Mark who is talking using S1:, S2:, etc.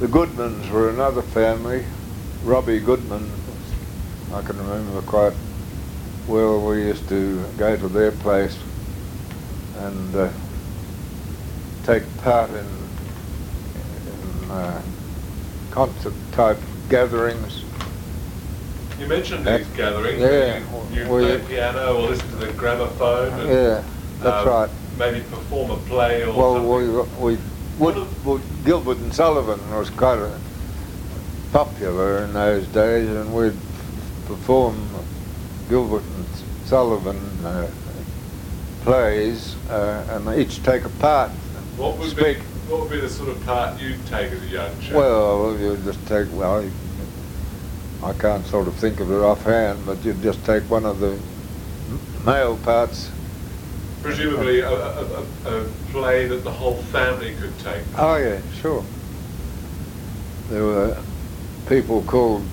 S1: The Goodmans were another family. Robbie Goodman, I can remember quite well. We used to go to their place and uh, take part in, in uh, concert type gatherings.
S2: You mentioned
S1: Yeah.
S2: these gatherings.
S1: Yeah.
S2: You, you
S1: Well,
S2: play
S1: yeah.
S2: piano or listen to the gramophone. And,
S1: Yeah, that's
S2: um,
S1: right.
S2: Maybe perform a play or
S1: Well, we,
S2: something.
S1: we, Wood, Wood, Gilbert and Sullivan was quite a, popular in those days, and we'd perform Gilbert and Sullivan uh, plays, uh, and each take a part.
S2: what would
S1: speak.
S2: be what would be the sort of part you'd take as a young chap?
S1: Well, you just take, well, you- I can't sort of think of it offhand, but you'd just take one of the m- male parts.
S2: presumably a, a, a, a play that the whole family could take.
S1: Oh, yeah, sure. There were people called